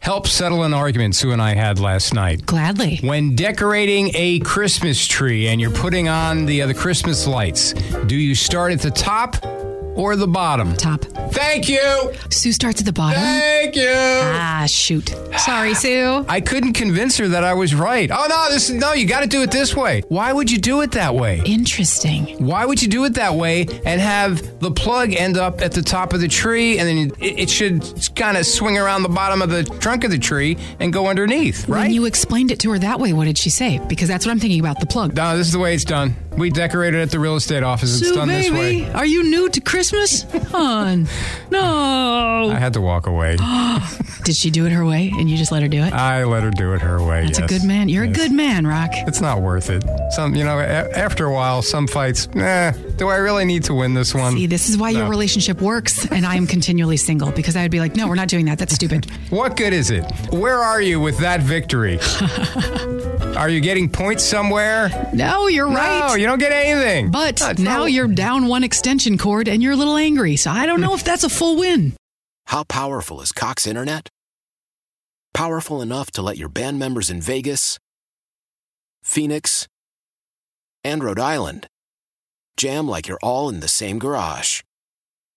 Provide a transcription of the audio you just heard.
help settle an argument Sue and I had last night? Gladly. When decorating a Christmas tree and you're putting on the other Christmas lights, do you start at the top or the bottom? Top. Thank you. Sue starts at the bottom. Thank you. Ah, shoot. Sorry, Sue. I couldn't convince her that I was right. Oh no, this no, you got to do it this way. Why would you do it that way? Interesting. Why would you do it that way and have the plug end up at the top of the tree and then it, it should kind of swing around the bottom of the trunk of the tree and go underneath, right? When you explained it to her that way, what did she say? Because that's what I'm thinking about the plug. no, this is the way it's done. We decorated at the real estate office. It's Sue, done this way. are you new to Christmas? Hon. No. I had to walk away. Did she do it her way and you just let her do it? I let her do it her way. That's yes. a good man. You're Yes. a good man, Rock. It's not worth it. Some, you know, a- after a while, some fights. Nah, do I really need to win this one? See, this is why your Um, No. relationship works and I am continually single because I would be like, no, we're not doing that. That's stupid. What good is it? Where are you with that victory? are you getting points somewhere? no, you're right. No, you don't get anything. But No, it's now not- you're down one extension cord and you're a little angry. So I don't know if that's a full win. How powerful is Cox Internet? Powerful enough to let your band members in Vegas, Phoenix, and Rhode Island jam like you're all in the same garage.